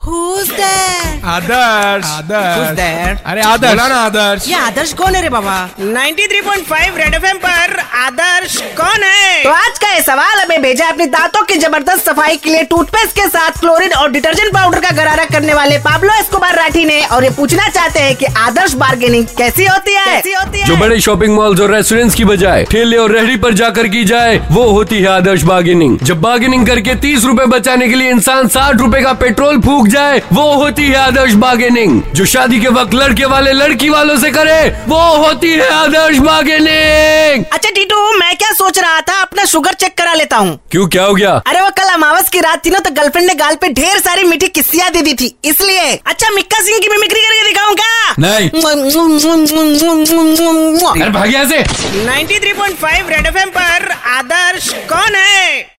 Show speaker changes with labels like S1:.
S1: who's there?
S2: Adarsh Adarsh
S3: Who's there?
S2: अरे आदर्श बोला ना आदर्श
S1: ये आदर्श कौन है रे बाबा
S3: 93.5 रेड एफएम पर आदर्श कौन
S1: तो
S3: है
S1: आज का ये सवाल हमें भेजा है अपनी दांतों की जबरदस्त सफाई के लिए टूथपेस्ट के साथ क्लोरीन और डिटर्जेंट पाउडर का गरारा करने वाले पाब्लो एस्कोबार राठी ने और ये पूछना चाहते हैं कि आदर्श बार्गेनिंग कैसी होती है कैसी होती
S4: जो बड़े शॉपिंग मॉल्स और रेस्टोरेंट्स की बजाय ठेले और रेहड़ी पर जाकर की जाए वो होती है आदर्श बार्गेनिंग जब बार्गेनिंग करके तीस रूपए बचाने के लिए इंसान साठ रूपए का पेट्रोल फूक जाए वो होती है आदर्श बार्गेनिंग जो शादी के वक्त लड़के वाले लड़की वालों से करे वो होती है आदर्श बार्गेनिंग
S1: अच्छा टीटू मैं क्या सोच रहा था अपना शुगर चेक करा लेता हूँ
S4: क्यों क्या हो गया
S1: अरे वो कल अमावस की रात थी ना तो गर्लफ्रेंड ने गाल पे ढेर सारी मीठी किस्सियाँ दे दी थी इसलिए अच्छा मिक्का सिंह की मिमिक्री करके दिखाऊं क्या
S4: नहीं। अरे भाग्य से
S3: 93.5 रेड एफएम पर आदर्श कौन है